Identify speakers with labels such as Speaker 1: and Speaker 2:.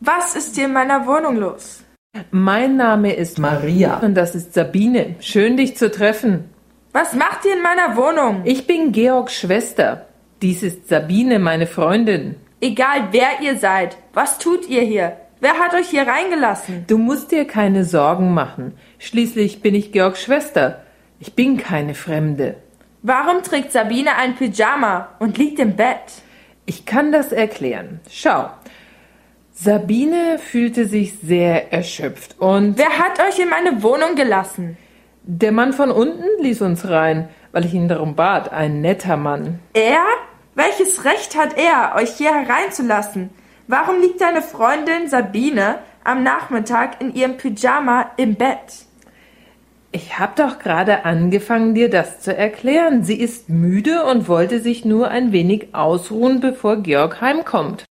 Speaker 1: Was ist hier in meiner Wohnung los?
Speaker 2: Mein Name ist Maria und das ist Sabine. Schön, dich zu treffen.
Speaker 1: Was macht ihr in meiner Wohnung?
Speaker 2: Ich bin Georgs Schwester. Dies ist Sabine, meine Freundin.
Speaker 1: Egal wer ihr seid, was tut ihr hier? Wer hat euch hier reingelassen?
Speaker 2: Du musst dir keine Sorgen machen. Schließlich bin ich Georgs Schwester. Ich bin keine Fremde.
Speaker 1: Warum trägt Sabine ein Pyjama und liegt im Bett?
Speaker 2: Ich kann das erklären. Schau. Sabine fühlte sich sehr erschöpft und
Speaker 1: Wer hat euch in meine Wohnung gelassen?
Speaker 2: der Mann von unten ließ uns rein, weil ich ihn darum bat. Ein netter Mann.
Speaker 1: Er? Welches Recht hat er, euch hier hereinzulassen? Warum liegt deine Freundin Sabine am Nachmittag in ihrem Pyjama im Bett?
Speaker 2: Ich hab doch gerade angefangen, dir das zu erklären. Sie ist müde und wollte sich nur ein wenig ausruhen, bevor Georg heimkommt.